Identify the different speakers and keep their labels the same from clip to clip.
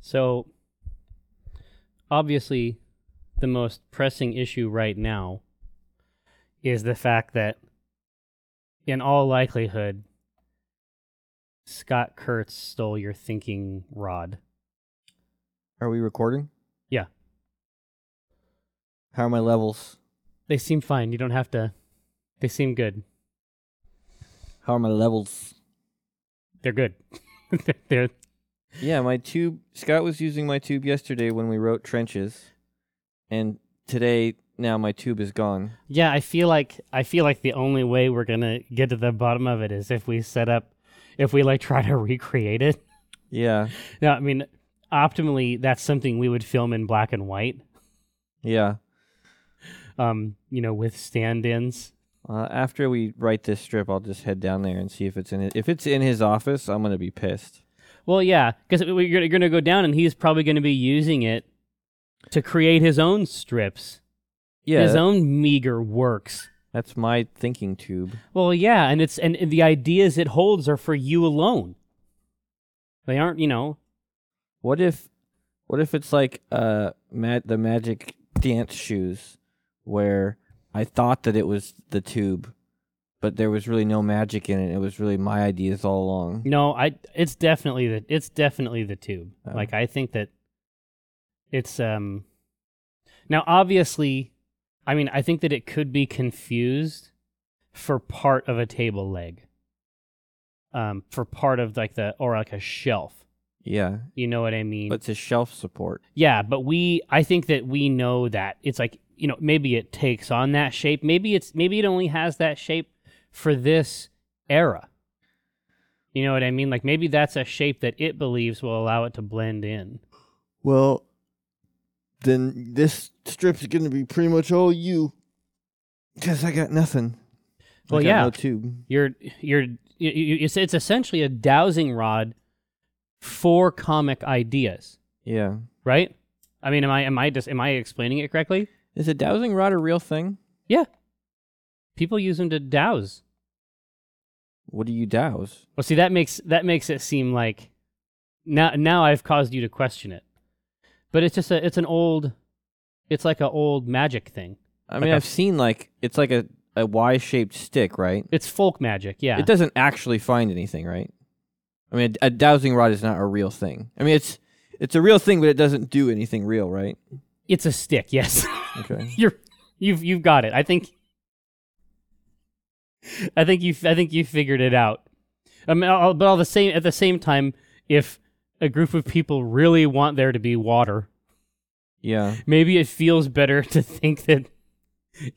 Speaker 1: So, obviously, the most pressing issue right now is the fact that, in all likelihood, Scott Kurtz stole your thinking rod.
Speaker 2: Are we recording?
Speaker 1: Yeah.
Speaker 2: How are my levels?
Speaker 1: They seem fine. You don't have to. They seem good.
Speaker 2: How are my levels?
Speaker 1: They're good. They're
Speaker 2: Yeah, my tube. Scott was using my tube yesterday when we wrote trenches, and today now my tube is gone.
Speaker 1: Yeah, I feel like I feel like the only way we're gonna get to the bottom of it is if we set up, if we like try to recreate it.
Speaker 2: Yeah,
Speaker 1: Now, I mean, optimally, that's something we would film in black and white.
Speaker 2: yeah.
Speaker 1: Um, you know, with stand-ins.
Speaker 2: Uh, after we write this strip, I'll just head down there and see if it's in. His, if it's in his office, I'm gonna be pissed.
Speaker 1: Well, yeah, because you're gonna go down, and he's probably gonna be using it to create his own strips,
Speaker 2: Yeah,
Speaker 1: his own meager works.
Speaker 2: that's my thinking tube.
Speaker 1: Well, yeah, and it's and, and the ideas it holds are for you alone. They aren't, you know,
Speaker 2: What if, what if it's like uh, ma- the magic dance shoes, where I thought that it was the tube, but there was really no magic in it. It was really my ideas all along.
Speaker 1: No, I it's definitely the it's definitely the tube.
Speaker 2: Oh.
Speaker 1: Like I think that it's um now obviously I mean I think that it could be confused for part of a table leg. Um for part of like the or like a shelf.
Speaker 2: Yeah,
Speaker 1: You know what I mean?
Speaker 2: but to shelf support.
Speaker 1: yeah, but we I think that we know that it's like you know maybe it takes on that shape. Maybe it's maybe it only has that shape for this era. You know what I mean? Like maybe that's a shape that it believes will allow it to blend in.
Speaker 2: Well, then this strip's gonna be pretty much all you, because I got nothing.
Speaker 1: I Well, got yeah. no
Speaker 2: tube.
Speaker 1: You're you're you- you- it's it's essentially a dowsing rod for comic ideas,
Speaker 2: Yeah,
Speaker 1: right? I mean, am I am I just am I explaining it correctly?
Speaker 2: is a dowsing rod a real thing?
Speaker 1: Yeah. People use them to douse.
Speaker 2: What do you douse?
Speaker 1: Well, see that makes that makes it seem like now now I've caused you to question it, but it's just a it's an old, it's like an old magic thing.
Speaker 2: I mean,
Speaker 1: a-
Speaker 2: I've seen like it's like a a Y shaped stick, right?
Speaker 1: It's folk magic, yeah.
Speaker 2: It doesn't actually find anything, right? I mean, a, a dowsing rod is not a real thing. I mean, it's it's a real thing, but it doesn't do anything real, right?
Speaker 1: It's a stick, yes.
Speaker 2: Okay.
Speaker 1: You're you've you've got it. I think. I think you I think you figured it out. I mean, all, but all the same at the same time, if a group of people really want there to be water,
Speaker 2: Yeah.
Speaker 1: maybe it feels better to think that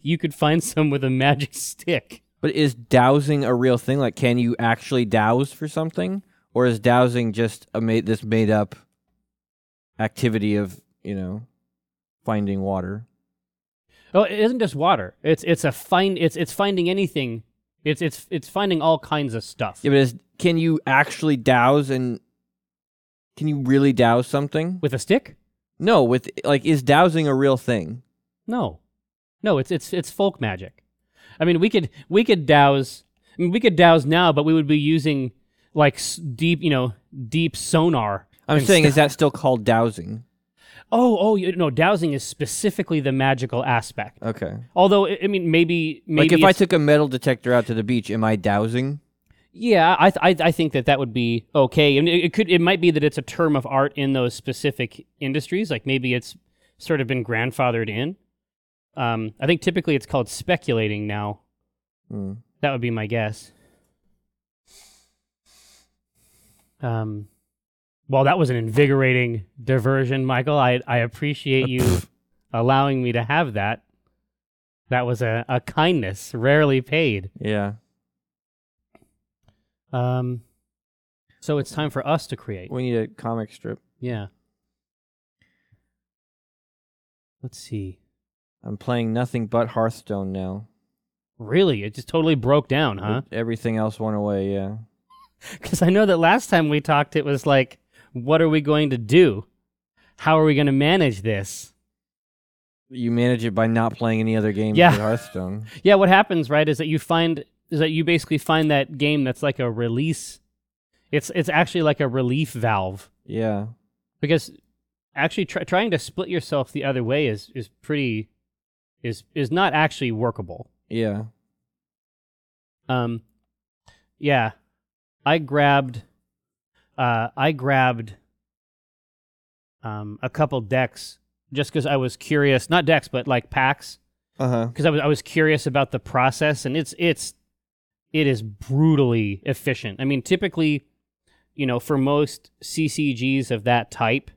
Speaker 1: you could find some with a magic stick.
Speaker 2: But is dowsing a real thing? Like, can you actually douse for something, or is dowsing just a made this made up activity of you know finding water?
Speaker 1: Oh, it isn't just water. It's it's a find. It's it's finding anything. It's it's it's finding all kinds of stuff.
Speaker 2: Yeah, but is, can you actually douse and can you really douse something?
Speaker 1: With a stick?
Speaker 2: No, with like, is dowsing a real thing?
Speaker 1: No, no. It's it's it's folk magic. I mean, we could we could douse. I mean, we could douse now, but we would be using like s- deep, you know, deep sonar.
Speaker 2: I'm
Speaker 1: and
Speaker 2: saying,
Speaker 1: stuff.
Speaker 2: is that still called dowsing?
Speaker 1: oh oh you- no, dowsing is specifically the magical aspect.
Speaker 2: Okay.
Speaker 1: Although I I mean, maybe maybe
Speaker 2: like if I
Speaker 1: it's-
Speaker 2: took a metal detector out to the beach, am I dowsing?
Speaker 1: Yeah, I, th- I I think that that would be okay. And it, it could it might be that it's a term of art in those specific industries. Like maybe it's sort of been grandfathered in. Um, I think typically it's called speculating now.
Speaker 2: Hmm.
Speaker 1: That would be my guess. Um, well, that was an invigorating diversion, Michael. I I appreciate you allowing me to have that. That was a, a kindness rarely paid.
Speaker 2: Yeah.
Speaker 1: Um, so it's time for us to create.
Speaker 2: We need a comic strip.
Speaker 1: Yeah. Let's see.
Speaker 2: I'm playing nothing but Hearthstone now.
Speaker 1: Really, it just totally broke down, huh?
Speaker 2: Everything else went away. Yeah.
Speaker 1: Because I know that last time we talked, it was like, what are we going to do? How are we going to manage this?
Speaker 2: You manage it by not playing any other games
Speaker 1: Yeah.
Speaker 2: but Hearthstone.
Speaker 1: Yeah, what happens, right, is that you find is that you basically find that game that's like a release. It's it's actually like a relief valve
Speaker 2: Yeah.
Speaker 1: because actually try trying to split yourself the other way is is pretty is is not actually workable.
Speaker 2: Yeah.
Speaker 1: Um, yeah, I grabbed, uh, I grabbed, um, a couple decks just because I was curious. Not decks, but like packs,
Speaker 2: Uh huh.
Speaker 1: because I was I was curious about the process, and it's it's it is brutally efficient. I mean, typically, you know, for most CCGs of that type,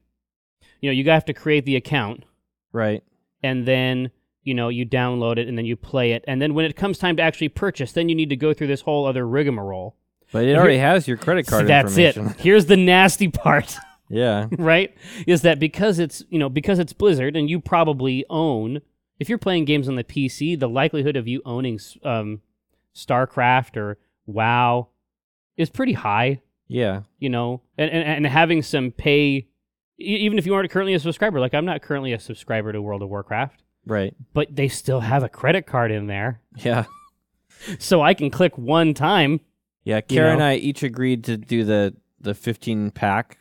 Speaker 1: you know, you have to create the account
Speaker 2: Right.
Speaker 1: and then you know you download it and then you play it and then when it comes time to actually purchase then you need to go through this whole other rigmarole
Speaker 2: But it
Speaker 1: Here-
Speaker 2: already has your credit card
Speaker 1: See, that's it
Speaker 2: information.
Speaker 1: here's the nasty part
Speaker 2: yeah.
Speaker 1: right is that because it's you know because it's blizzard and you probably own if you're playing games on the pc the likelihood of you owning s- um, starcraft or wow is pretty high
Speaker 2: Yeah.
Speaker 1: you know, and, and, and having some pay, e- even if you aren't currently a subscriber. Like, I'm not currently a subscriber to World of Warcraft,
Speaker 2: Right.
Speaker 1: but they still have a credit card in there.
Speaker 2: Yeah.
Speaker 1: So I can click one time.
Speaker 2: Yeah.
Speaker 1: You
Speaker 2: Kara and
Speaker 1: know?
Speaker 2: I each agreed to do the the fifteen pack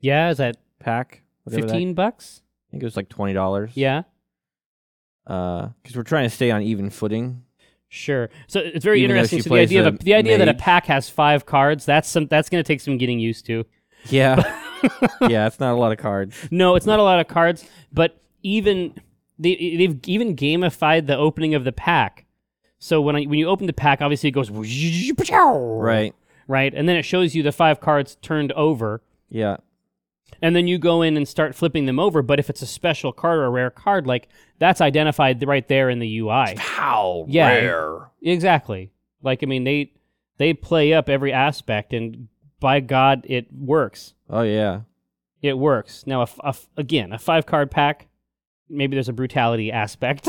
Speaker 1: Yeah, is that
Speaker 2: pack. whatever that-
Speaker 1: 15 bucks?
Speaker 2: I think it was like twenty dollars.
Speaker 1: Yeah,
Speaker 2: Because we're trying to stay on even footing.
Speaker 1: sure. So it's very
Speaker 2: Even though
Speaker 1: interesting.
Speaker 2: she
Speaker 1: So the
Speaker 2: plays
Speaker 1: idea, of
Speaker 2: the
Speaker 1: a, the idea that a
Speaker 2: mage.
Speaker 1: pack has five cards, that's some that's going to take some getting used to.
Speaker 2: Yeah. yeah. It's not a lot of cards.
Speaker 1: No, it's not a lot of cards, but even they, they've even gamified the opening of the pack. So when I, when you open the pack, obviously it goes right.
Speaker 2: Right.
Speaker 1: right? And then it shows you the five cards turned over,
Speaker 2: Yeah.
Speaker 1: and then you go in and start flipping them over. But if it's a special card or a rare card, like that's identified th- right there in the UI.
Speaker 3: How
Speaker 1: Yeah.
Speaker 3: rare.
Speaker 1: Exactly. Like I mean, they they play up every aspect, and by God, it works.
Speaker 2: Oh yeah.
Speaker 1: It works. Now, a f- a f- again, a five card pack, maybe there's a brutality aspect.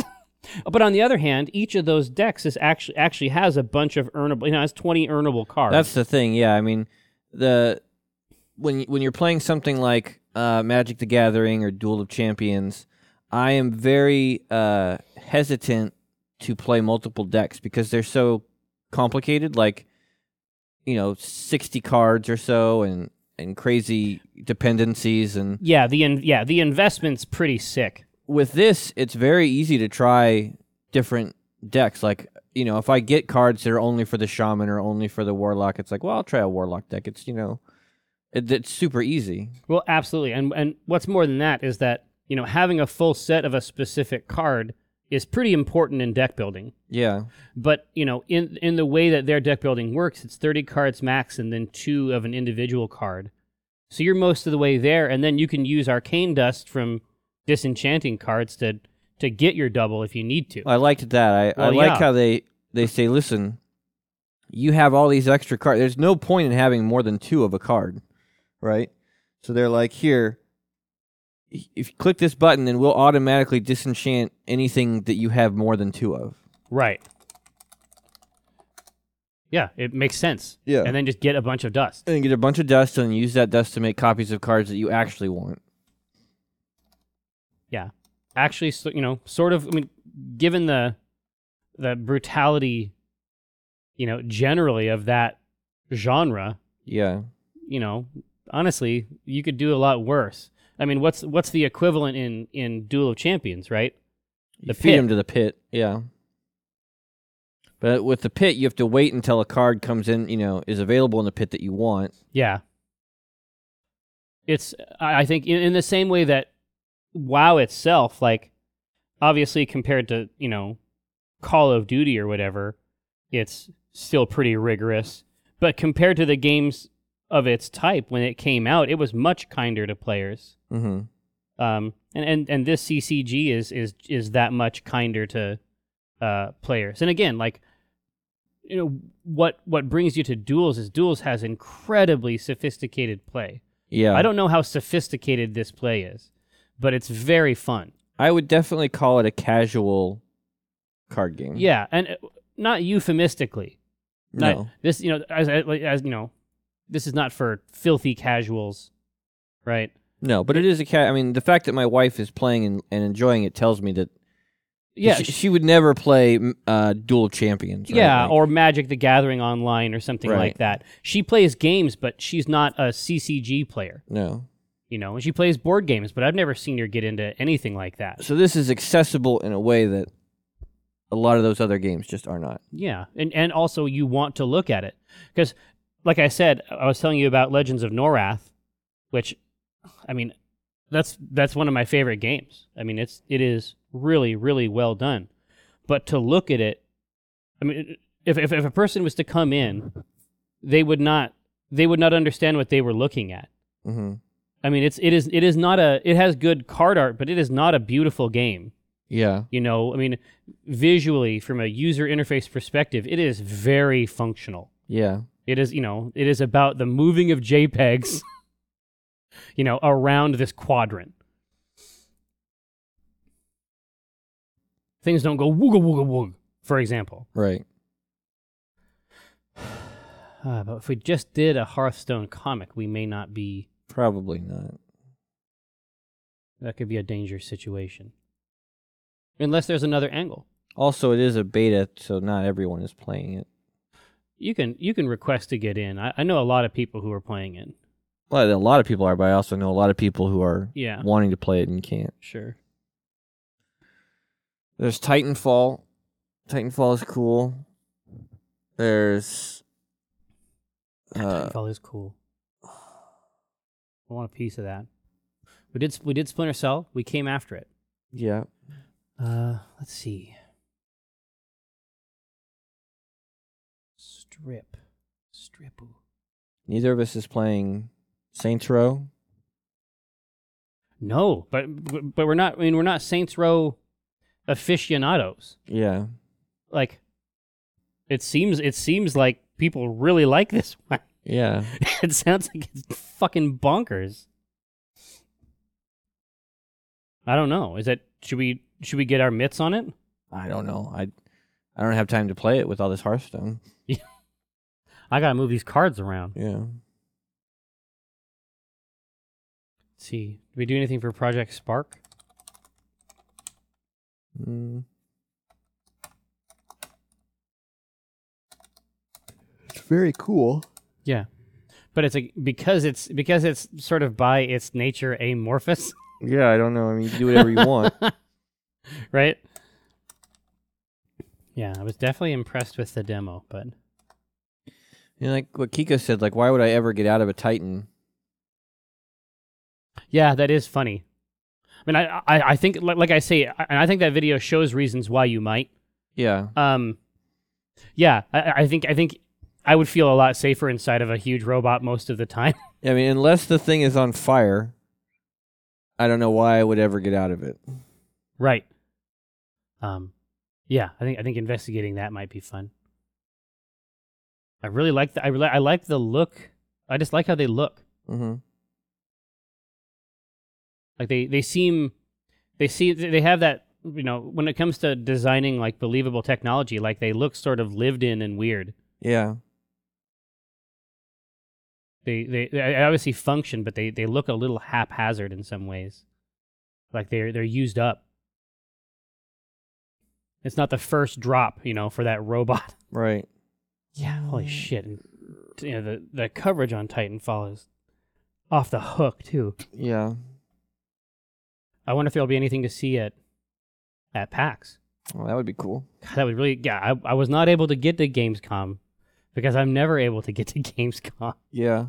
Speaker 1: But on the other hand, each of those decks is actually actually has a bunch of earnable, you know, has twenty earnable cards.
Speaker 2: That's the thing. Yeah, I mean, the when y- when you're playing something like uh, Magic the Gathering or Duel of Champions, I am very uh, hesitant to play multiple decks because they're so complicated. Like, you know, sixty cards or so, and and crazy dependencies and
Speaker 1: yeah, the in- yeah the investment's pretty sick.
Speaker 2: with this, it's very easy to try different decks. Like, you know, if I get cards that are only for the shaman or only for the warlock, it's like, well, I'll try a warlock deck. It's, you know, it, it's super easy.
Speaker 1: Well, absolutely. And and what's more than that is that, you know, having a full set of a specific card is pretty important in deck building.
Speaker 2: Yeah.
Speaker 1: But, you know, in in the way that their deck building works, it's 30 cards max and then 2 of an individual card. So you're most of the way there and then you can use arcane dust from disenchanting cards to to get your double if you need to.
Speaker 2: I liked that. I, I
Speaker 1: Well,
Speaker 2: like
Speaker 1: yeah.
Speaker 2: how they, they say, listen, you have all these extra cards. There's no point in having more than two of a card, right? So they're like, here, i- if you click this button, then we'll automatically disenchant anything that you have more than two of.
Speaker 1: Right. Yeah, it makes sense.
Speaker 2: Yeah.
Speaker 1: And then just get a bunch of dust.
Speaker 2: and get a bunch of dust and use that dust to make copies of cards that you actually want.
Speaker 1: yeah actually so- you know sort of i mean given the the brutality you know generally of that genre
Speaker 2: Yeah.
Speaker 1: you know honestly you could do a lot worse i mean what's what's the equivalent in in duel of champions right
Speaker 2: You
Speaker 1: The
Speaker 2: feed
Speaker 1: pit.
Speaker 2: them to the pit. Yeah. But with the pit, you have to wait until a card comes in, you know, is available in the pit that you want.
Speaker 1: yeah it's i I think in, in the same way that wow itself like obviously compared to you know call of duty or whatever it's still pretty rigorous but compared to the games of its type when it came out it was much kinder to players
Speaker 2: Mm-hmm.
Speaker 1: um and and, and this ccg is is is that much kinder to uh players and again like you know what what brings you to duels is duels has incredibly sophisticated play
Speaker 2: Yeah.
Speaker 1: I don't know how sophisticated this play is, but it's very fun.
Speaker 2: I would definitely call it a casual card game.
Speaker 1: Yeah, and uh, not euphemistically. Not-
Speaker 2: Mm. No.
Speaker 1: This, you know, as, as as, you know, this is not for filthy casuals, right?
Speaker 2: No, but it is a cat. I mean, the fact that my wife is playing and, and enjoying it tells me that
Speaker 1: Yeah,
Speaker 2: she,
Speaker 1: sh-
Speaker 2: she would never play m- uh, Duel of Champions. right?
Speaker 1: yeah,
Speaker 2: Like-
Speaker 1: or Magic the Gathering online or something
Speaker 2: Right.
Speaker 1: like that. She plays games, but she's not a CCG player.
Speaker 2: no.
Speaker 1: You know, and she plays board games, but I've never seen her get into anything like that.
Speaker 2: So this is accessible in a way that a lot of those other games just are not.
Speaker 1: Yeah, and and also you want to look at it because, like I said, I was telling you about Legends of Norath, which, I mean, that's that's one of my favorite games. I mean, it's it is really really well done, but to look at it, I mean, if if, if a person was to come in, they would not they would not understand what they were looking at.
Speaker 2: Mm-hmm.
Speaker 1: I mean, it's it is it is not a it has good card art, but it is not a beautiful game.
Speaker 2: Yeah.
Speaker 1: You know, I mean, visually from a user interface perspective, it is very functional.
Speaker 2: Yeah.
Speaker 1: It is, you know, it is about the moving of JPEGs, you know, around this quadrant. Things don't go wooga wooga woog, for example.
Speaker 2: Right.
Speaker 1: Ah, but if we just did a Hearthstone comic, we may not be.
Speaker 2: Probably not.
Speaker 1: That could be a dangerous situation. Unless there's another angle.
Speaker 2: Also, it is a beta, so not everyone is playing it.
Speaker 1: You can you can request to get in. I, I know a lot of people who are playing it.
Speaker 2: Well, a lot of people are, but I also know a lot of people who are
Speaker 1: Yeah.
Speaker 2: wanting to play it and can't.
Speaker 1: Sure.
Speaker 2: There's Titanfall. Titanfall is cool. There's uh,
Speaker 1: Titanfall is cool. I want a piece of that. We did we did Splinter Cell. We came after it.
Speaker 2: yeah.
Speaker 1: Uh, let's see. Strip, strip.
Speaker 2: Neither of us is playing Saints Row.
Speaker 1: No, but but we're not. I mean, we're not Saints Row aficionados.
Speaker 2: Yeah.
Speaker 1: Like, it seems it seems like people really like this one.
Speaker 2: Yeah.
Speaker 1: it sounds like it's fucking bonkers. I don't know. Is that should we should we get our mitts on it?
Speaker 2: I don't know. I I don't have time to play it with all this Hearthstone.
Speaker 1: I gotta move these cards around.
Speaker 2: Yeah.
Speaker 1: Let's see, did we do anything for Project Spark?
Speaker 2: Mm. It's very cool.
Speaker 1: Yeah, but it's a because it's because it's sort of by its nature amorphous,
Speaker 2: Yeah, I don't know. I mean, you can do whatever you want.
Speaker 1: right? Yeah, I was definitely impressed with the demo, but
Speaker 2: You know, like what Kiko said, like why would I ever get out of a Titan?
Speaker 1: yeah, that is funny. I mean, I I, I think like, like I say, I, I think that video shows reasons why you might.
Speaker 2: Yeah.
Speaker 1: Um, yeah, I, I think I think I would feel a lot safer inside of a huge robot most of the time.
Speaker 2: I mean, unless the thing is on fire, I don't know why I would ever get out of it.
Speaker 1: right. Um, yeah, I think I think investigating that might be fun. I really like the I really I like the look. I just like how they look.
Speaker 2: Mm-hmm.
Speaker 1: Like they they seem they see they have that you know when it comes to designing like believable technology like they look sort of lived in and weird
Speaker 2: Yeah.
Speaker 1: they they, they obviously function, but they they look a little haphazard in some ways, like they're they're used up. It's not the first drop, you know, for that robot.
Speaker 2: Right.
Speaker 1: Yeah. Holy shit! And, you know, the the coverage on Titanfall is off the hook too.
Speaker 2: Yeah.
Speaker 1: I wonder if there'll be anything to see at at PAX.
Speaker 2: Well, that would be cool.
Speaker 1: God, that would really. Yeah, I, I was not able to get to Gamescom because I'm never able to get to Gamescom.
Speaker 2: Yeah.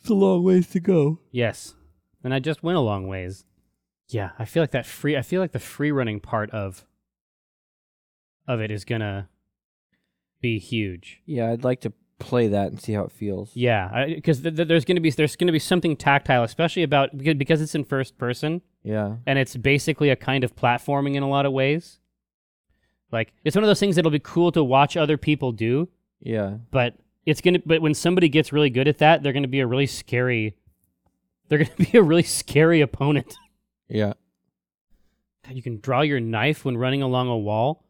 Speaker 2: It's a long ways to go.
Speaker 1: Yes. And I just went a long ways. Yeah, I feel like that free I feel like the free running part of of it is going to be huge.
Speaker 2: Yeah, I'd like to play that and see how it feels.
Speaker 1: Yeah, because th- th- there's going to be there's going to be something tactile, especially about because, because it's in first person
Speaker 2: Yeah.
Speaker 1: and it's basically a kind of platforming in a lot of ways. Like it's one of those things that'll be cool to watch other people do,
Speaker 2: Yeah.
Speaker 1: but it's gonna but when somebody gets really good at that, they're gonna be a really scary they're gonna be a really scary opponent.
Speaker 2: Yeah.
Speaker 1: God, you can draw your knife when running along a wall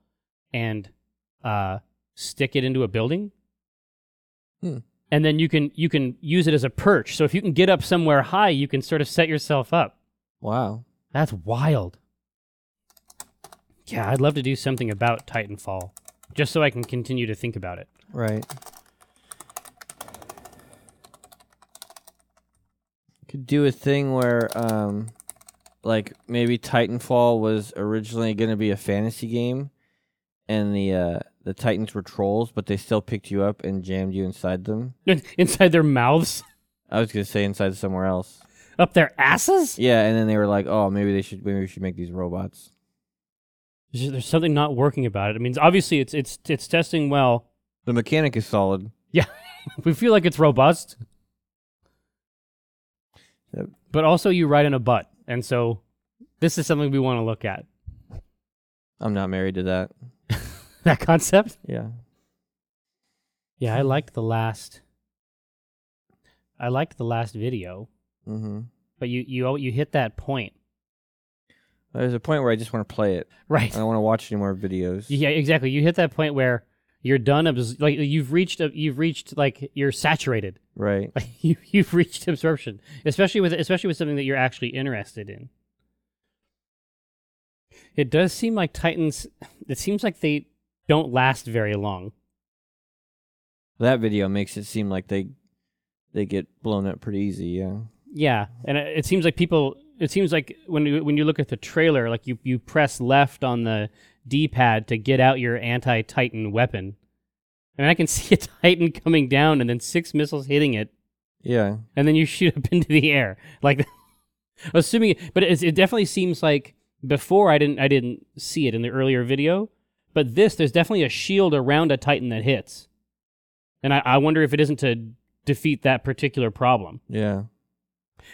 Speaker 1: and uh, stick it into a building
Speaker 2: Hmm.
Speaker 1: and then you can you can use it as a perch so if you can get up somewhere high you can sort of set yourself up
Speaker 2: Wow.
Speaker 1: that's wild yeah i'd love to do something about titanfall just so i can continue to think about it
Speaker 2: Right. could do a thing where um like maybe Titanfall was originally going to be a fantasy game and the uh the Titans were trolls but they still picked you up and jammed you inside them.
Speaker 1: inside their mouths,
Speaker 2: I was going to say inside somewhere else.
Speaker 1: up their asses.
Speaker 2: Yeah, and then they were like, "Oh, maybe they should maybe we should make these robots."
Speaker 1: There's there's something not working about it. I mean, obviously it's it's it's testing well.
Speaker 2: The mechanic is solid.
Speaker 1: We feel like it's robust,
Speaker 2: Yep.
Speaker 1: but also you ride in a butt, and so this is something we want to look at.
Speaker 2: I'm not married to that.
Speaker 1: That concept.
Speaker 2: Yeah.
Speaker 1: Yeah, I liked the last. I liked the last video,
Speaker 2: Mhm.
Speaker 1: but you you al- you hit that point,
Speaker 2: There's a point where I just want to play it.
Speaker 1: right?
Speaker 2: I don't want to watch any more videos.
Speaker 1: Yeah, exactly. You hit that point where you're done. Abs- like you've reached a, you've reached like you're saturated.
Speaker 2: Right.
Speaker 1: Like you you've reached absorption, especially with especially with something that you're actually interested in. It does seem like Titans. It seems like they don't last very long.
Speaker 2: That video makes it seem like they they get blown up pretty easy, yeah.
Speaker 1: Yeah, and it, it seems like people. It seems like when you, when you look at the trailer, like you you press left on the D-pad to get out your anti-Titan weapon. I mean, I can see a Titan coming down and then six missiles hitting it,
Speaker 2: Yeah.
Speaker 1: and then you shoot up into the air. Like, assuming, but it, it definitely seems like before I didn't I didn't see it in the earlier video, but this there's definitely a shield around a Titan that hits, and I, I wonder if it isn't to defeat that particular problem.
Speaker 2: Yeah.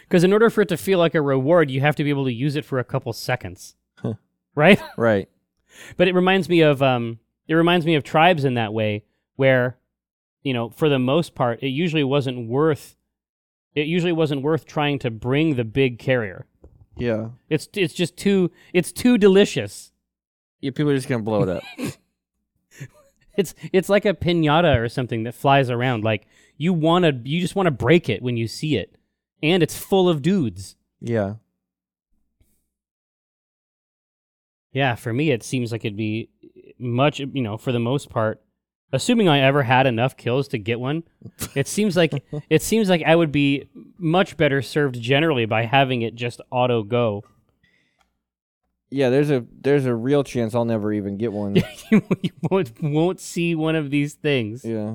Speaker 1: Because in order for it to feel like a reward, you have to be able to use it for a couple seconds,
Speaker 2: Huh.
Speaker 1: right?
Speaker 2: Right.
Speaker 1: But it reminds me of um, it reminds me of tribes in that way, where, you know, for the most part, it usually wasn't worth, it usually wasn't worth trying to bring the big carrier.
Speaker 2: Yeah.
Speaker 1: It's it's just too it's too delicious.
Speaker 2: Yeah, people are just going to blow it up.
Speaker 1: It's it's like a pinata or something that flies around. Like you wanna you just wanna break it when you see it, and it's full of dudes.
Speaker 2: yeah.
Speaker 1: Yeah, for me, it seems like it'd be much, you know, for the most part, assuming I ever had enough kills to get one, it seems like it seems like I would be much better served generally by having it just auto go.
Speaker 2: Yeah, there's a there's a real chance I'll never even get one.
Speaker 1: you won't, won't see one of these things.
Speaker 2: yeah.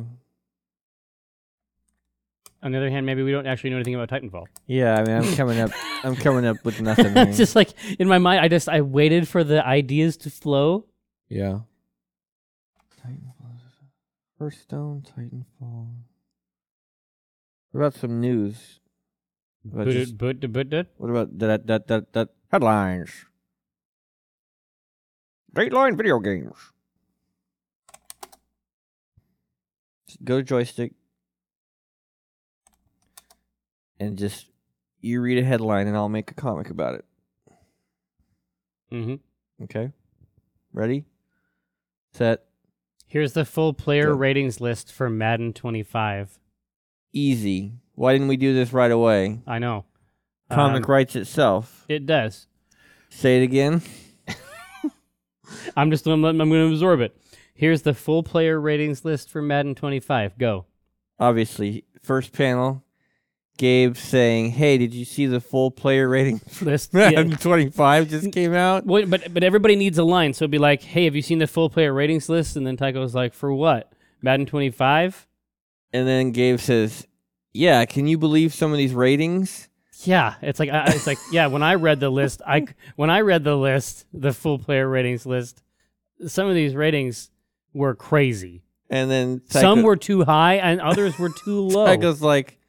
Speaker 1: On the other hand, maybe we don't actually know anything about Titanfall.
Speaker 2: Yeah, I mean, I'm coming up I'm coming up with
Speaker 1: it's
Speaker 2: nothing. here.
Speaker 1: just like in my mind, I just I waited for the ideas to flow.
Speaker 2: Yeah. Titanfall. First stone, Titanfall. What about some news? What about, just-
Speaker 1: But- but- but- but-
Speaker 2: what about that, that, that, that headlines? Dateline video games. Just Go to joystick and just you read a headline and I'll make a comic about it.
Speaker 1: Mhm.
Speaker 2: Okay? Ready? Set.
Speaker 1: Here's the full player
Speaker 2: Go.
Speaker 1: ratings list for Madden 25.
Speaker 2: easy. Why didn't we do this right away?
Speaker 1: I know.
Speaker 2: Comic
Speaker 1: Um,
Speaker 2: writes itself.
Speaker 1: It does.
Speaker 2: Say it again.
Speaker 1: I'm just I'm, letting- I'm going to absorb it. Here's the full player ratings list for Madden 25. Go.
Speaker 2: Obviously, first panel, Gabe saying, "Hey, did you see the full player rating?
Speaker 1: List. yeah.
Speaker 2: 125 just came out."
Speaker 1: Wait, but but everybody needs a line, so it'd be like, "Hey, have you seen the full player ratings list?" And then Tycho's like, "For what? Madden 25?"
Speaker 2: And then Gabe says, "Yeah, can you believe some of these ratings?"
Speaker 1: Yeah, it's like I, I- it's like yeah. When I read the list, I c- when I read the list, the full player ratings list, some of these ratings were crazy.
Speaker 2: And then
Speaker 1: Some
Speaker 2: Tycho-
Speaker 1: were too high, and others were too low.
Speaker 2: Tycho's like,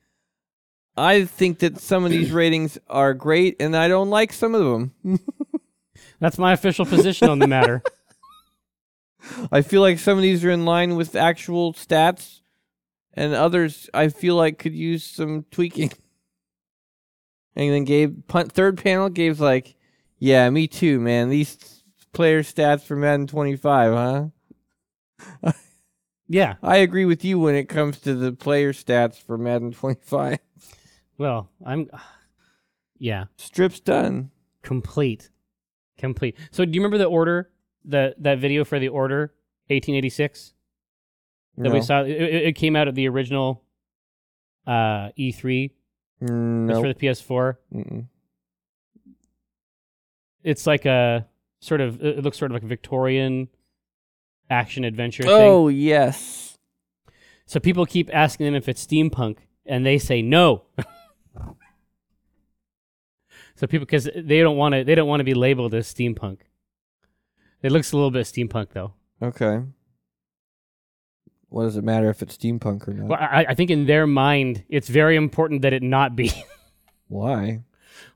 Speaker 2: "I think that some of these ratings are great, and I don't like some of them.
Speaker 1: That's my official position on the matter.
Speaker 2: I feel like some of these are in line with actual stats, and others I feel like could use some tweaking. And then Gabe, punt, third panel, Gabe's like, "Yeah, me too, man. These player stats for Madden 25, huh?
Speaker 1: Yeah.
Speaker 2: I agree with you when it comes to the player stats for Madden 25.
Speaker 1: Well, I'm. Yeah,
Speaker 2: Strips done.
Speaker 1: complete, complete. So, do you remember the order? The that video for the order, 1886, that
Speaker 2: no,
Speaker 1: we saw. It, it it came out at the original uh, E3 That's
Speaker 2: No.
Speaker 1: for the PS4.
Speaker 2: Mm-mm.
Speaker 1: It's like a sort of it looks sort of like a Victorian action adventure thing.
Speaker 2: Oh yes.
Speaker 1: So people keep asking them if it's steampunk, and they say no. so people, because they don't want to, they don't want to be labeled as steampunk. It looks a little bit steampunk though.
Speaker 2: Okay. What does it matter if it's steampunk or not?
Speaker 1: Well, I, I think in their mind, it's very important that it not be,
Speaker 2: Why?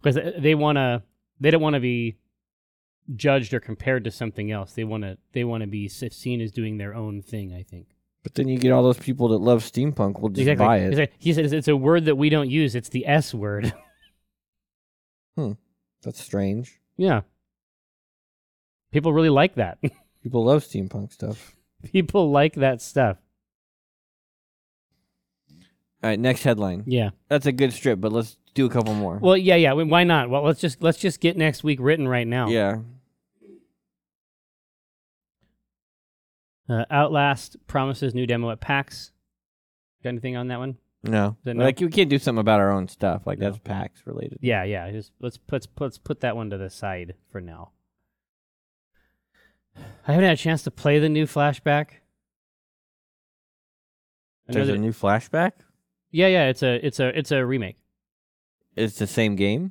Speaker 1: because they want to, they don't want to be judged or compared to something else. They want to, they want to be s- seen as doing their own thing. I think.
Speaker 2: But then you get all those people that love steampunk will just
Speaker 1: Exactly.
Speaker 2: buy it.
Speaker 1: It's like- He says it's a word that we don't use. It's the S word.
Speaker 2: That's strange.
Speaker 1: yeah. People really like that.
Speaker 2: People love steampunk stuff.
Speaker 1: people like that stuff.
Speaker 2: All right, next headline.
Speaker 1: Yeah.
Speaker 2: That's a good strip, but let's do a couple more.
Speaker 1: Well, yeah, yeah. Why not? Well, let's just let's just get next week written right now.
Speaker 2: yeah.
Speaker 1: Uh, Outlast promises new demo at PAX. Got anything on that one?
Speaker 2: No.
Speaker 1: Then no.
Speaker 2: Like we can't do something about our own stuff. Like
Speaker 1: No.
Speaker 2: that's PAX related.
Speaker 1: Yeah, yeah. Just let's put let's put that one to the side for now. I haven't had a chance to play the new flashback. I know
Speaker 2: There's
Speaker 1: that-
Speaker 2: a new flashback.
Speaker 1: yeah, yeah. It's a it's a it's a remake.
Speaker 2: It's the same game.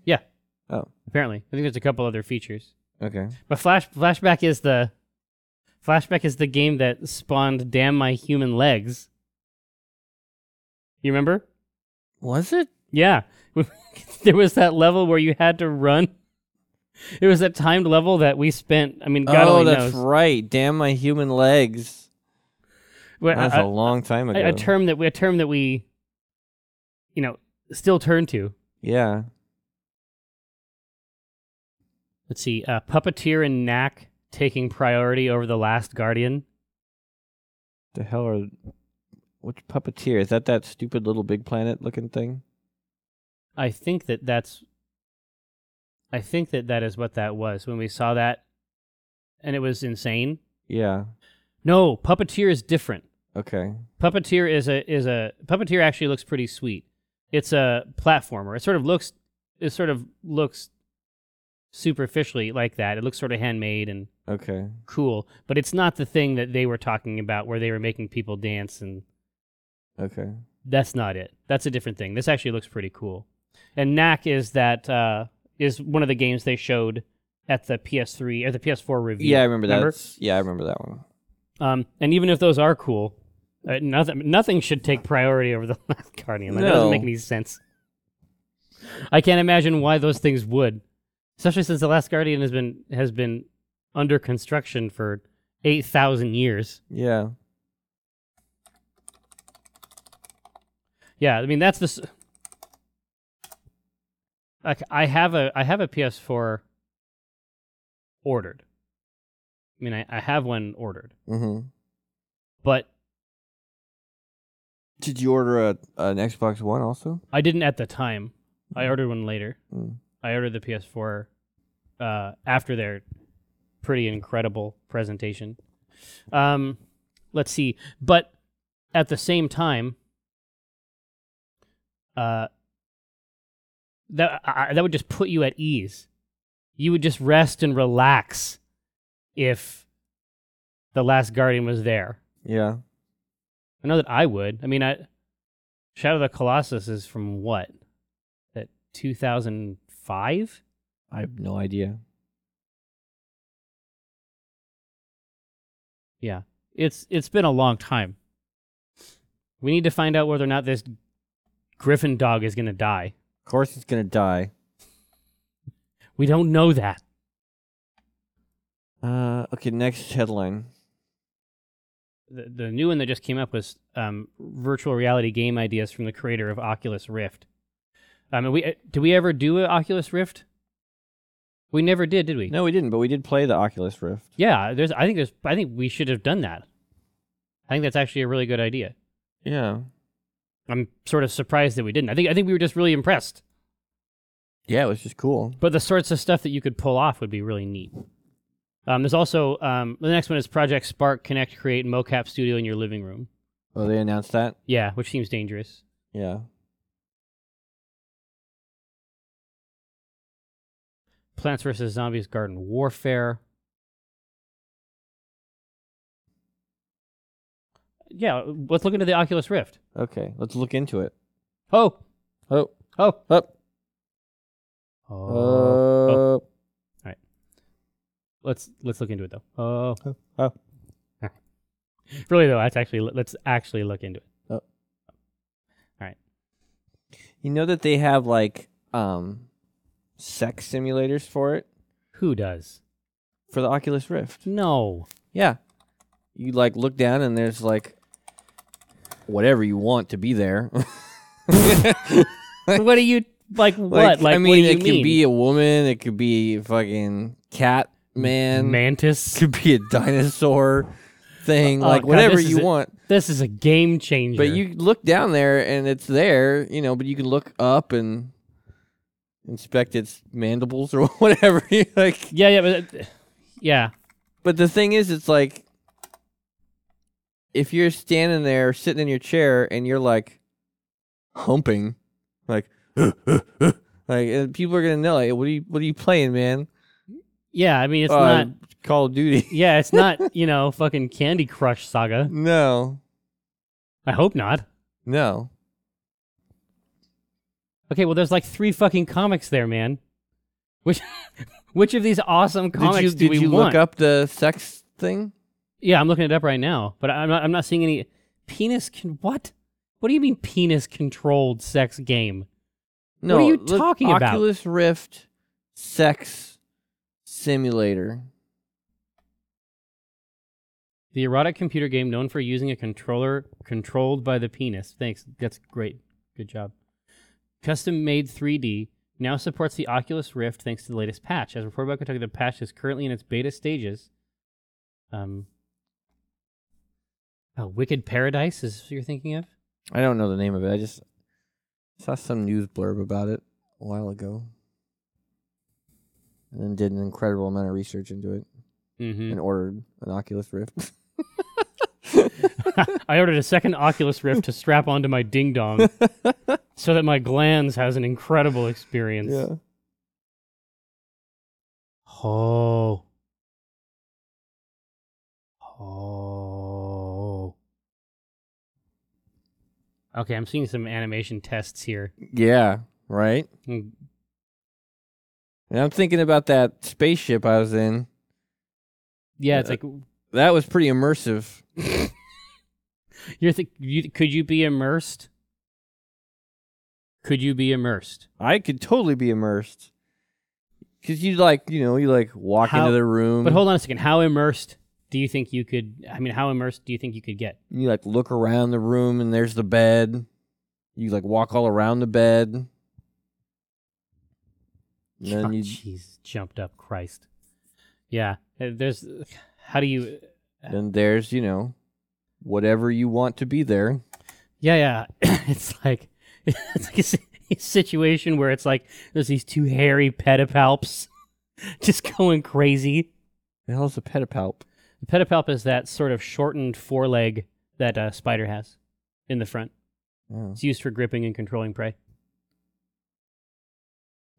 Speaker 2: Oh.
Speaker 1: Apparently, I think there's a couple other features.
Speaker 2: Okay.
Speaker 1: But flash flashback is the flashback is the game that spawned damn my human legs. You remember?
Speaker 2: Was it?
Speaker 1: Yeah. there was that level where you had to run. It was that timed level that we spent. I mean, God
Speaker 2: oh,
Speaker 1: only knows.
Speaker 2: that's right. Damn my human legs.
Speaker 1: Well,
Speaker 2: That's
Speaker 1: a-
Speaker 2: a long time ago.
Speaker 1: a, a term that we a term that we, you know, still turn to.
Speaker 2: yeah.
Speaker 1: Let's see. Uh, Puppeteer and Knack taking priority over the Last Guardian.
Speaker 2: The hell are which puppeteer? Is that that stupid little big planet looking thing?
Speaker 1: I think that that's. I think that that is what that was when we saw that, and it was insane.
Speaker 2: Yeah.
Speaker 1: No, Puppeteer is different.
Speaker 2: Okay.
Speaker 1: Puppeteer is a is a Puppeteer actually looks pretty sweet. It's a platformer. It sort of looks it sort of looks superficially like that. It looks sort of handmade and
Speaker 2: Okay.
Speaker 1: cool, but it's not the thing that they were talking about where they were making people dance and
Speaker 2: Okay.
Speaker 1: that's not it. That's a different thing. This actually looks pretty cool. And Knack is that uh is one of the games they showed at the PS3 or the PS4 review.
Speaker 2: Yeah, I remember that. That's- Yeah, I remember that one.
Speaker 1: Um, and even if those are cool, uh, nothing nothing should take priority over the last Guardian. Like, That doesn't
Speaker 2: No.
Speaker 1: make any sense. I can't imagine why those things would, especially since the Last Guardian has been has been under construction for eight thousand years.
Speaker 2: Yeah.
Speaker 1: Yeah, I mean that's the. s- Like I have a I have a PS4 ordered. I mean I, I have one ordered,
Speaker 2: Mm-hmm.
Speaker 1: but
Speaker 2: Did you order a an Xbox One also?
Speaker 1: I didn't at the time. I ordered one later.
Speaker 2: Mm.
Speaker 1: I ordered the PS4 uh, after their pretty incredible presentation. Um, let's see, but at the same time, uh, that I, I- that would just put you at ease. You would just rest and relax if the Last Guardian was there.
Speaker 2: Yeah.
Speaker 1: I know that I would. I mean, I Shadow of the Colossus is from what? That 2005?
Speaker 2: I have no idea.
Speaker 1: Yeah. It's it's been a long time. We need to find out whether or not this griffin dog is going to die.
Speaker 2: Of course it's gonna die.
Speaker 1: We don't know that.
Speaker 2: Uh okay, next headline.
Speaker 1: The, the new one that just came up was um, virtual reality game ideas from the creator of Oculus Rift. Um, and we uh, did we ever do an Oculus Rift? We never did, did we?
Speaker 2: No, we didn't, but we did play the Oculus Rift.
Speaker 1: Yeah, there's. I think there's. I think we should have done that. I think that's actually a really good idea.
Speaker 2: Yeah.
Speaker 1: I'm sort of surprised that we didn't. I think. I think we were just really impressed.
Speaker 2: Yeah, it was just cool.
Speaker 1: But the sorts of stuff that you could pull off would be really neat. Um, there's also um, the next one is Project Spark Connect Create Mocap Studio in your living room.
Speaker 2: Oh, they announced that?
Speaker 1: Yeah, which seems dangerous.
Speaker 2: Yeah.
Speaker 1: Plants vs. Zombies Garden Warfare. Yeah, let's look into the Oculus Rift.
Speaker 2: Okay, let's look into it.
Speaker 1: Oh,
Speaker 2: Oh, Uh,
Speaker 1: oh,
Speaker 2: up,
Speaker 1: oh.
Speaker 2: up.
Speaker 1: Let's let's look into it though. Oh,
Speaker 2: Oh, oh.
Speaker 1: really though, that's actually let's actually look into it.
Speaker 2: You know that they have like um, sex simulators for it
Speaker 1: Who does?
Speaker 2: for the Oculus Rift.
Speaker 1: No.
Speaker 2: Yeah. You like look down and there's like whatever you want to be there.
Speaker 1: what do you like? What like?
Speaker 2: I
Speaker 1: what do
Speaker 2: mean,
Speaker 1: you
Speaker 2: it could
Speaker 1: mean?
Speaker 2: be a woman, it could be a fucking cat man, it
Speaker 1: mantis.
Speaker 2: could be a dinosaur thing,
Speaker 1: Oh,
Speaker 2: like
Speaker 1: God,
Speaker 2: whatever
Speaker 1: this is
Speaker 2: you
Speaker 1: a-
Speaker 2: want.
Speaker 1: This is a game changer.
Speaker 2: But you look down there and it's there, you know, but you can look up and inspect its mandibles or whatever. you like
Speaker 1: yeah, yeah, but that- yeah,
Speaker 2: But the thing is, it's like if you're standing there, sitting in your chair, and you're like humping, like, like and people are gonna know, like, what are you, what are you playing, man?
Speaker 1: yeah. I mean, it's
Speaker 2: Uh,
Speaker 1: not.
Speaker 2: Call of Duty.
Speaker 1: Yeah, it's not. You know, fucking Candy Crush saga.
Speaker 2: no,
Speaker 1: I hope not.
Speaker 2: no.
Speaker 1: Okay, well, there's like three fucking comics there, man. Which, which of these awesome comics
Speaker 2: did you,
Speaker 1: do
Speaker 2: did
Speaker 1: we
Speaker 2: you
Speaker 1: want?
Speaker 2: look up the sex thing?
Speaker 1: Yeah, I'm looking it up right now, but I'm not. I'm not seeing any penis. Con- what? What do you mean penis controlled sex game?
Speaker 2: No.
Speaker 1: are you
Speaker 2: look-
Speaker 1: talking about?
Speaker 2: Oculus Rift sex simulator.
Speaker 1: The erotic computer game known for using a controller controlled by the penis. Thanks. That's great. Good job. Custom made 3D now supports the Oculus Rift thanks to the latest patch. As reported by Kentucky, the patch is currently in its beta stages. Um, oh, Wicked Paradise is what you're thinking of?
Speaker 2: I don't know the name of it. I just saw some news blurb about it a while ago. And then did an incredible amount of research into it
Speaker 1: Mm-hmm.
Speaker 2: and ordered an Oculus Rift.
Speaker 1: I ordered a second Oculus Rift to strap onto my ding dong so that my glands has an incredible experience. Oh. Oh. Okay, I'm seeing some animation tests here.
Speaker 2: Yeah, right?
Speaker 1: Mm,
Speaker 2: And I'm thinking about that spaceship I was in.
Speaker 1: Yeah, it's
Speaker 2: Uh,
Speaker 1: like
Speaker 2: That was pretty immersive.
Speaker 1: you're th- you, could you be immersed? Could you be immersed?
Speaker 2: I could totally be immersed. Cause you like, you know, you like walk
Speaker 1: How-
Speaker 2: into the room,
Speaker 1: But hold on a second. How immersed do you think you could I mean, how immersed do you think you could get?
Speaker 2: and you like look around the room, and there's the bed. You like walk all around the bed. And
Speaker 1: Oh,
Speaker 2: then you
Speaker 1: Jeez, jumped up, Christ. Yeah, uh, there's. How do you?
Speaker 2: then there's you know whatever you want to be there
Speaker 1: Yeah, yeah. it's like it's like a, si- a situation where it's like there's these two hairy pedipalps just going crazy.
Speaker 2: the hell's a pedipalp
Speaker 1: The pedipalp is that sort of shortened foreleg that a spider has in the front.
Speaker 2: oh,
Speaker 1: It's used for gripping and controlling prey.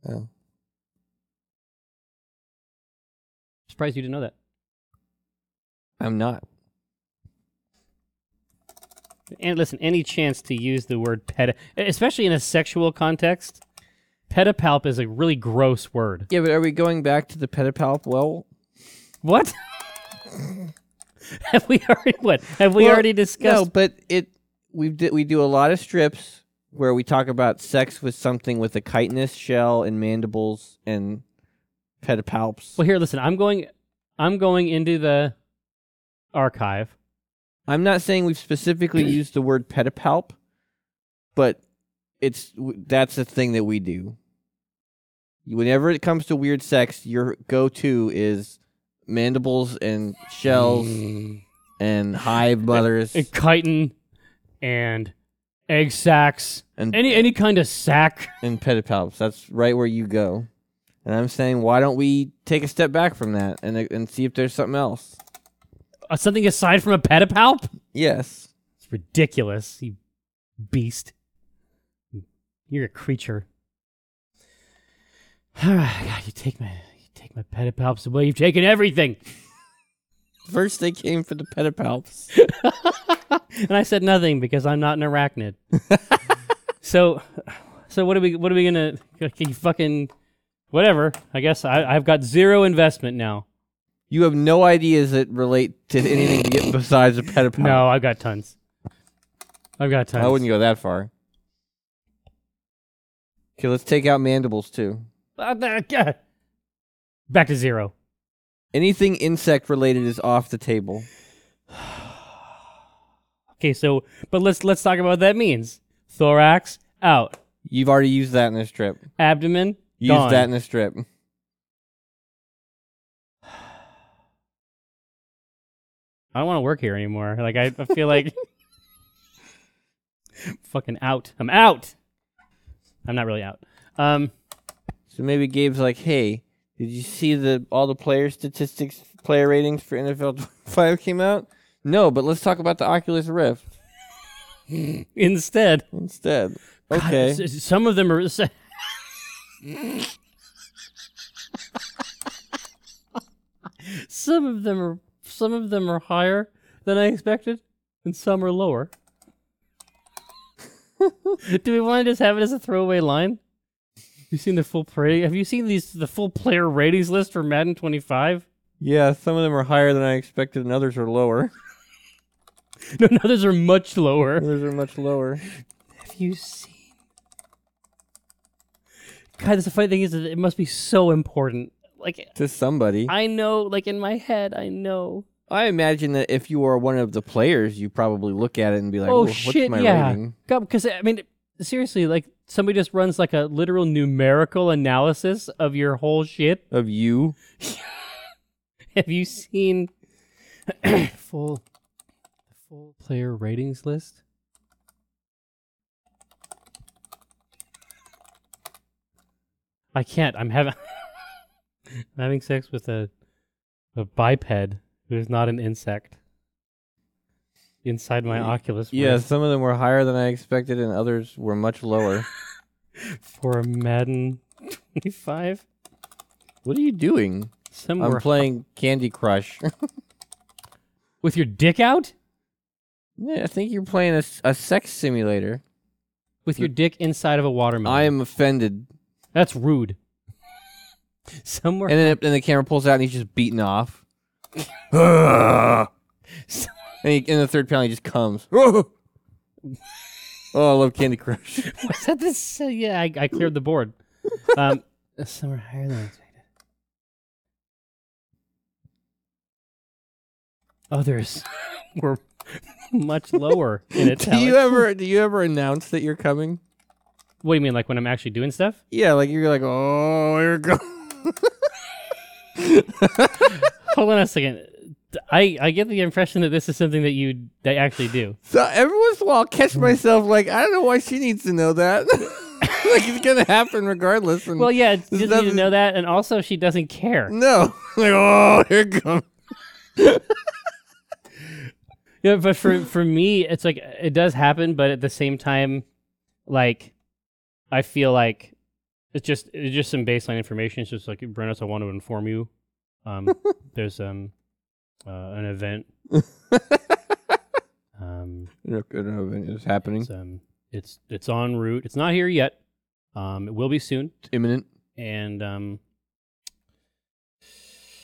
Speaker 2: oh.
Speaker 1: Surprised you didn't know that.
Speaker 2: i'm not
Speaker 1: And listen, any chance to use the word ped, especially in a sexual context, pedipalp is a really gross word.
Speaker 2: yeah but are we going back to the pedipalp well
Speaker 1: What? have we already what? Have we
Speaker 2: Well,
Speaker 1: already
Speaker 2: no
Speaker 1: discussed?
Speaker 2: but it we did we do a lot of strips where we talk about sex with something with a chitinous shell and mandibles and pedipalps
Speaker 1: Well, here, listen. I'm going. I'm going into the archive.
Speaker 2: i'm not saying we've specifically used the word pedipalp but it's w- that's the thing that we do whenever it comes to weird sex, your go-to is mandibles and shells
Speaker 1: And
Speaker 2: and hive mothers.
Speaker 1: chitin and egg sacs.
Speaker 2: And-
Speaker 1: any any kind of sac.
Speaker 2: and pedipalps. That's right where you go. And I'm saying, why don't we take a step back from that and and see if there's something else?
Speaker 1: Uh, something aside from a pedipalp.
Speaker 2: Yes.
Speaker 1: It's ridiculous. You beast. You're a creature. All right, Ah, God, you take my you take my pedipalps away. You've taken everything.
Speaker 2: First, they came for the pedipalps.
Speaker 1: and I said nothing because I'm not an arachnid. so, so what are we? What are we gonna? You fucking whatever. I guess I, I've got zero investment now.
Speaker 2: You have no ideas that relate to anything to get besides a pedipalp.
Speaker 1: No, I've got tons. I've got tons.
Speaker 2: I wouldn't go that far. Okay, let's take out mandibles too.
Speaker 1: Uh, uh, God. Back to zero.
Speaker 2: Anything insect related is off the table.
Speaker 1: Okay, so but let's let's talk about what that means. Thorax out.
Speaker 2: You've already used that in this trip.
Speaker 1: Abdomen
Speaker 2: You
Speaker 1: gone.
Speaker 2: used that in this trip.
Speaker 1: I don't want to work here anymore. Like I, I feel like fucking out. I'm out. I'm not really out. Um,
Speaker 2: So maybe Gabe's like, "Hey, did you see the all the player statistics, player ratings for NFL 25 came out? No, but let's talk about the Oculus Rift
Speaker 1: instead,
Speaker 2: instead."
Speaker 1: God,
Speaker 2: Okay.
Speaker 1: s- s- some of them are. s- some of them are. Some of them are higher than I expected, and some are lower. Do we want to just have it as a throwaway line? You seen the full play? Have you seen these the full player ratings list for Madden 25?
Speaker 2: yeah, some of them are higher than I expected, and others are lower.
Speaker 1: No, no, those are much lower.
Speaker 2: others are much lower.
Speaker 1: Have you seen? God, that's the funny thing is that it must be so important. Like
Speaker 2: To somebody,
Speaker 1: I know, like in my head, I know.
Speaker 2: I imagine that if you are one of the players, you probably look at it and be like,
Speaker 1: oh
Speaker 2: "Well,
Speaker 1: shit,
Speaker 2: what's my
Speaker 1: yeah.
Speaker 2: rating?"
Speaker 1: because I mean, seriously, like somebody just runs like a literal numerical analysis of your whole shit.
Speaker 2: of you?"
Speaker 1: Have you seen full full player ratings list? I can't. I'm having I'm having sex with a a biped who is not an insect inside my
Speaker 2: Y-
Speaker 1: Oculus
Speaker 2: Yeah,
Speaker 1: Rift
Speaker 2: some of them were higher than I expected, and others were much lower.
Speaker 1: for Madden 25
Speaker 2: what are you doing?
Speaker 1: somewhere
Speaker 2: I'm playing Candy Crush.
Speaker 1: with your dick out
Speaker 2: Yeah, I think you're playing a, s- a sex simulator.
Speaker 1: with your dick inside of a watermelon.
Speaker 2: I am offended.
Speaker 1: That's rude. Somewhere
Speaker 2: And then it- and the camera pulls out and he's just beaten off. and, he, and the third penalty just comes. oh, I love Candy Crush.
Speaker 1: Was that this? yeah, I, I cleared the board. Um, somewhere higher than expected. Others were much lower in
Speaker 2: do you
Speaker 1: italics.
Speaker 2: ever do you ever announce that you're coming?
Speaker 1: What do you mean, like when I'm actually doing stuff?
Speaker 2: Yeah, like you're like, oh, here it goes.
Speaker 1: Hold on a second. I, I get the impression that this is something that you that you actually do.
Speaker 2: so every once in a while, I'll catch myself like, I don't know why she needs to know that. like it's gonna happen regardless. And
Speaker 1: Well, yeah, you just need to
Speaker 2: doesn't-
Speaker 1: know that, and also she doesn't care.
Speaker 2: no, like oh, here it comes.
Speaker 1: Yeah, but for for me, it's like it does happen, but at the same time, like I feel like it's just it's just some baseline information. It's just like Brennus, I want to inform you. Um, there's um uh, an event. um,
Speaker 2: Look, I don't know if it's happening.
Speaker 1: it's, um, it's it's en route. It's not here yet. Um, it will be soon,
Speaker 2: It's imminent.
Speaker 1: and um,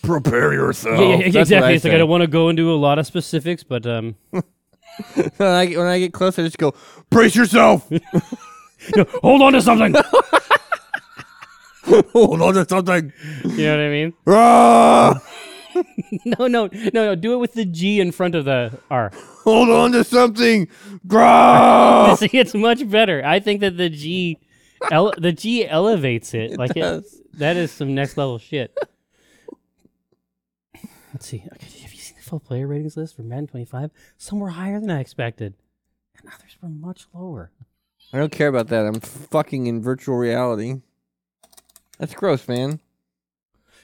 Speaker 2: Prepare yourself.
Speaker 1: yeah, yeah, yeah,
Speaker 2: Oh, That's what
Speaker 1: exactly. It's like I
Speaker 2: say.
Speaker 1: don't want to go into a lot of specifics, but um,
Speaker 2: when, I, get- when I get close, I just go, brace yourself.
Speaker 1: no, hold on to something.
Speaker 2: Hold on to something.
Speaker 1: you know what I mean?
Speaker 2: Ah!
Speaker 1: No, no, no, no. Do it with the G in front of the R.
Speaker 2: Hold on to something. Grah!
Speaker 1: See, it's much better. I think that the G, ele- the G elevates it. like it-
Speaker 2: does.
Speaker 1: that is some next level shit. Let's see. Okay, have you seen the full player ratings list for Madden 25? Some were higher than I expected, and others were much lower.
Speaker 2: I don't care about that. I'm fucking in virtual reality. That's gross, man.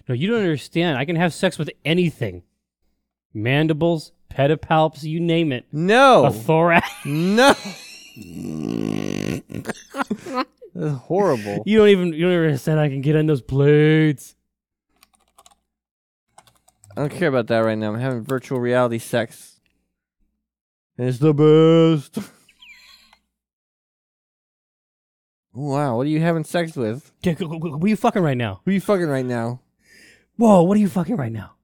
Speaker 1: No, you don't understand. I can have sex with anything. Mandibles, pedipalps, you name
Speaker 2: Oh.
Speaker 1: it. A
Speaker 2: No.
Speaker 1: thorax.
Speaker 2: No. That's horrible.
Speaker 1: You don't even you don't even understand. I can get on those plates.
Speaker 2: I don't care about that right now. I'm having virtual reality sex. And it's the best. wow, what are you having sex with?
Speaker 1: Dude, who- who- Who are you fucking right now?
Speaker 2: Who you fucking right now?
Speaker 1: Whoa, what are you fucking right now?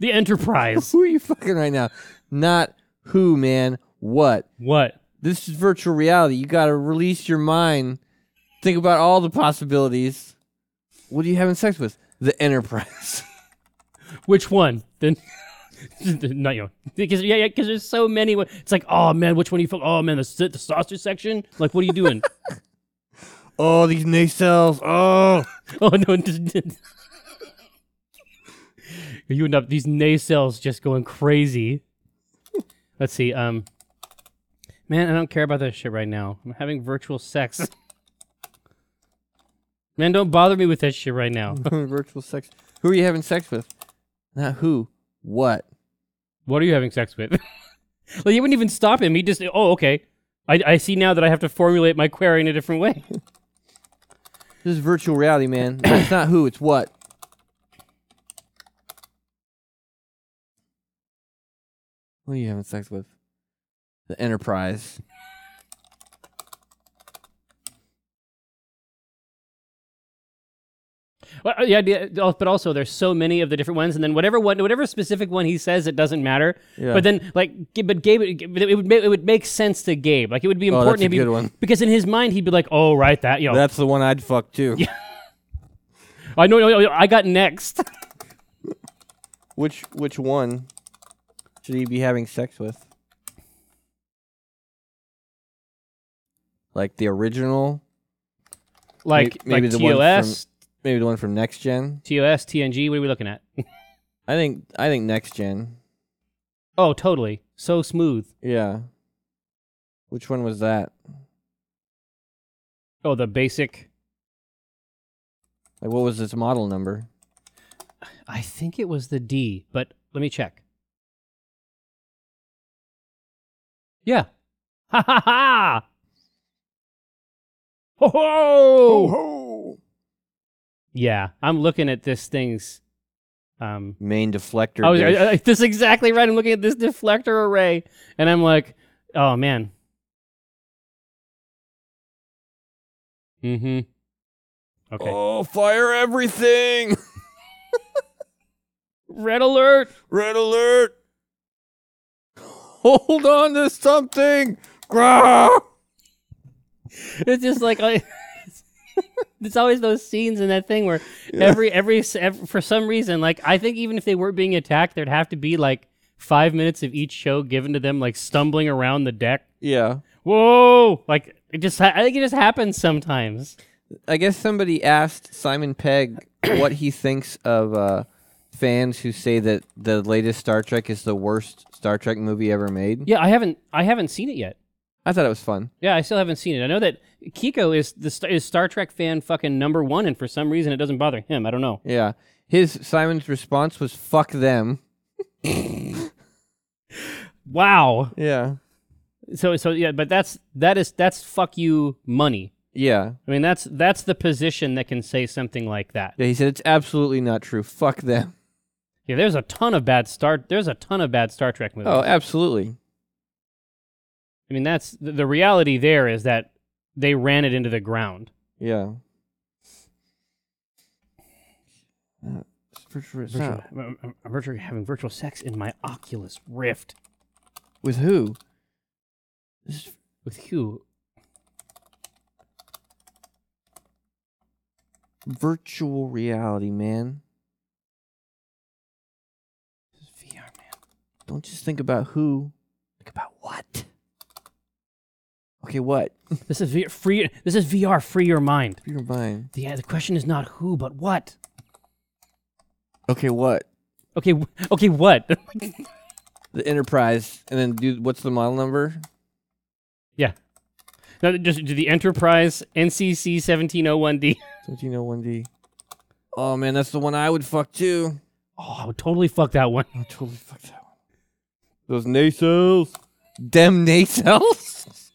Speaker 1: The Enterprise.
Speaker 2: Who are you fucking right now? Not who, man. What?
Speaker 1: what?
Speaker 2: This is virtual reality. You gotta release your mind. Think about all the possibilities. What are you having sex with? The Enterprise.
Speaker 1: Which one? Then not you. Because yeah, yeah, because there's so many. wa- It's like, oh man, which one you fuck? Oh man, the sa- the saucer section. Like, what are you doing?
Speaker 2: oh, these nacelles. Oh.
Speaker 1: oh no. you end up these nacelles just going crazy. Let's see. Um, man, I don't care about that shit right now. I'm having virtual sex. Man, don't bother me with that shit right now.
Speaker 2: virtual sex. Who are you having sex with? Not who. What?
Speaker 1: What are you having sex with? like you wouldn't even stop him. He just oh okay. I, I see now that I have to formulate my query in a different way.
Speaker 2: This is virtual reality, man. it's not who, it's what. What are you having sex with? The Enterprise.
Speaker 1: Well, uh, yeah, yeah, al- but also there's so many of the different ones, and then whatever one, whatever specific one he says, it doesn't matter.
Speaker 2: Yeah.
Speaker 1: But then like, G- but Gabe, it would make, it would make sense to Gabe. Like it would be
Speaker 2: Oh,
Speaker 1: important.
Speaker 2: that's a
Speaker 1: to be-
Speaker 2: good one.
Speaker 1: because in his mind he'd be like, oh right, that yo,
Speaker 2: That's the one I'd fuck too.
Speaker 1: I know, yo, yo, I got next.
Speaker 2: Which which one should he be having sex with? Like the original?
Speaker 1: like
Speaker 2: maybe
Speaker 1: like
Speaker 2: the one from-
Speaker 1: TOS,
Speaker 2: Maybe the one from next gen?
Speaker 1: TOS, TNG. What are we looking at?
Speaker 2: I think I think next gen.
Speaker 1: oh, totally. So smooth.
Speaker 2: Yeah. Which one was that?
Speaker 1: Oh, the basic.
Speaker 2: Like what was its model number?
Speaker 1: I think it was the D, but let me check. Yeah. Ha ha ha! Ho ho!
Speaker 2: ho!
Speaker 1: Yeah, I'm looking at this thing's. Um,
Speaker 2: Main deflector.
Speaker 1: I was,
Speaker 2: dish.
Speaker 1: I, I, this is exactly right. I'm looking at this deflector array, and I'm like, oh man. Mm-hmm. Okay.
Speaker 2: Oh, fire everything!
Speaker 1: Red alert!
Speaker 2: Red alert! Hold on to something! Grah!
Speaker 1: it's just like I, it's always those scenes in that thing where every, every ev for some reason like I think even if they weren't being attacked there'd have to be like five minutes of each show given to them like stumbling around the deck.
Speaker 2: Yeah.
Speaker 1: Whoa! Like it just ha- I think it just happens sometimes.
Speaker 2: I guess somebody asked Simon Pegg what he thinks of uh, fans who say that the latest Star Trek is the worst Star Trek movie ever made.
Speaker 1: Yeah, I haven't I haven't seen it yet.
Speaker 2: I thought it was fun.
Speaker 1: Yeah, I still haven't seen it. I know that Kiko is the st- is Star Trek fan fucking number one, and for some reason it doesn't bother him. I don't know.
Speaker 2: Yeah. His Simon's response was "fuck them."
Speaker 1: Wow.
Speaker 2: Yeah.
Speaker 1: So so yeah, but that's that is that's fuck you money.
Speaker 2: Yeah.
Speaker 1: I mean, that's that's the position that can say something like that.
Speaker 2: Yeah, he said it's absolutely not true. Fuck them.
Speaker 1: Yeah, there's a ton of bad Star. There's a ton of bad Star Trek movies.
Speaker 2: Oh, absolutely.
Speaker 1: I mean, that's the, the reality. There is that they ran it into the ground.
Speaker 2: Yeah. Uh, it's virtual- it's
Speaker 1: Virtual,
Speaker 2: not-
Speaker 1: I'm, I'm- I'm virtually having virtual sex in my Oculus Rift
Speaker 2: With who? This is-
Speaker 1: with Hugh.
Speaker 2: virtual reality, man. This is VR, man. Don't just think about who. Think about what. Okay, what?
Speaker 1: This is VR, free. This is VR. Free your mind.
Speaker 2: Your mind.
Speaker 1: The the question is not who, but what.
Speaker 2: Okay, what?
Speaker 1: Okay, w- okay, what?
Speaker 2: The Enterprise, and then do what's the model number?
Speaker 1: yeah. No, just do the Enterprise NCC 1701D.
Speaker 2: Seventeen oh one D. Oh man, that's the one I would fuck too.
Speaker 1: Oh, I would totally fuck that one.
Speaker 2: I totally fucked that one. Those nacelles. Dem nacelles?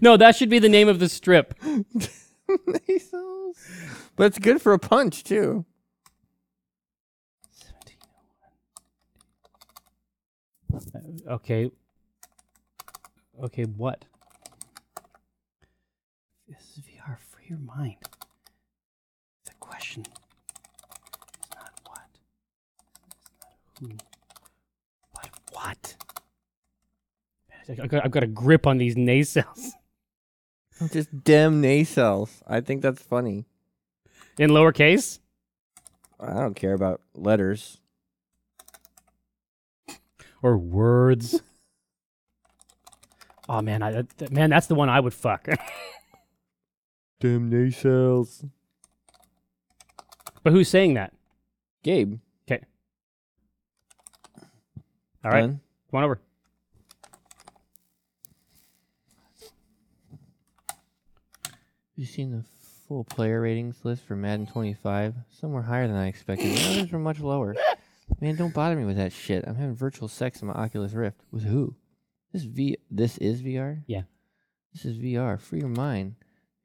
Speaker 1: No, that should be the name of the strip.
Speaker 2: Nasals. But it's good for a punch too.
Speaker 1: Okay. Okay, what? This is VR for your mind. The question is not what. It's not who. But what? Man, I- I got- I've got a grip on these nacelles.
Speaker 2: Just dem nacelles. I think that's funny.
Speaker 1: In lowercase?
Speaker 2: I don't care about letters.
Speaker 1: or words. oh man, I that- that- man, that's the one I would fuck.
Speaker 2: Dem nacelles.
Speaker 1: but who's saying that?
Speaker 2: Gabe.
Speaker 1: All right,
Speaker 2: done?
Speaker 1: come on over.
Speaker 2: Have you seen the full player ratings list for Madden 25? Some were higher than I expected. and Others were much lower. Man, don't bother me with that shit. I'm having virtual sex in my Oculus Rift. With who? This V. This is VR.
Speaker 1: Yeah.
Speaker 2: This is VR. Free your mind.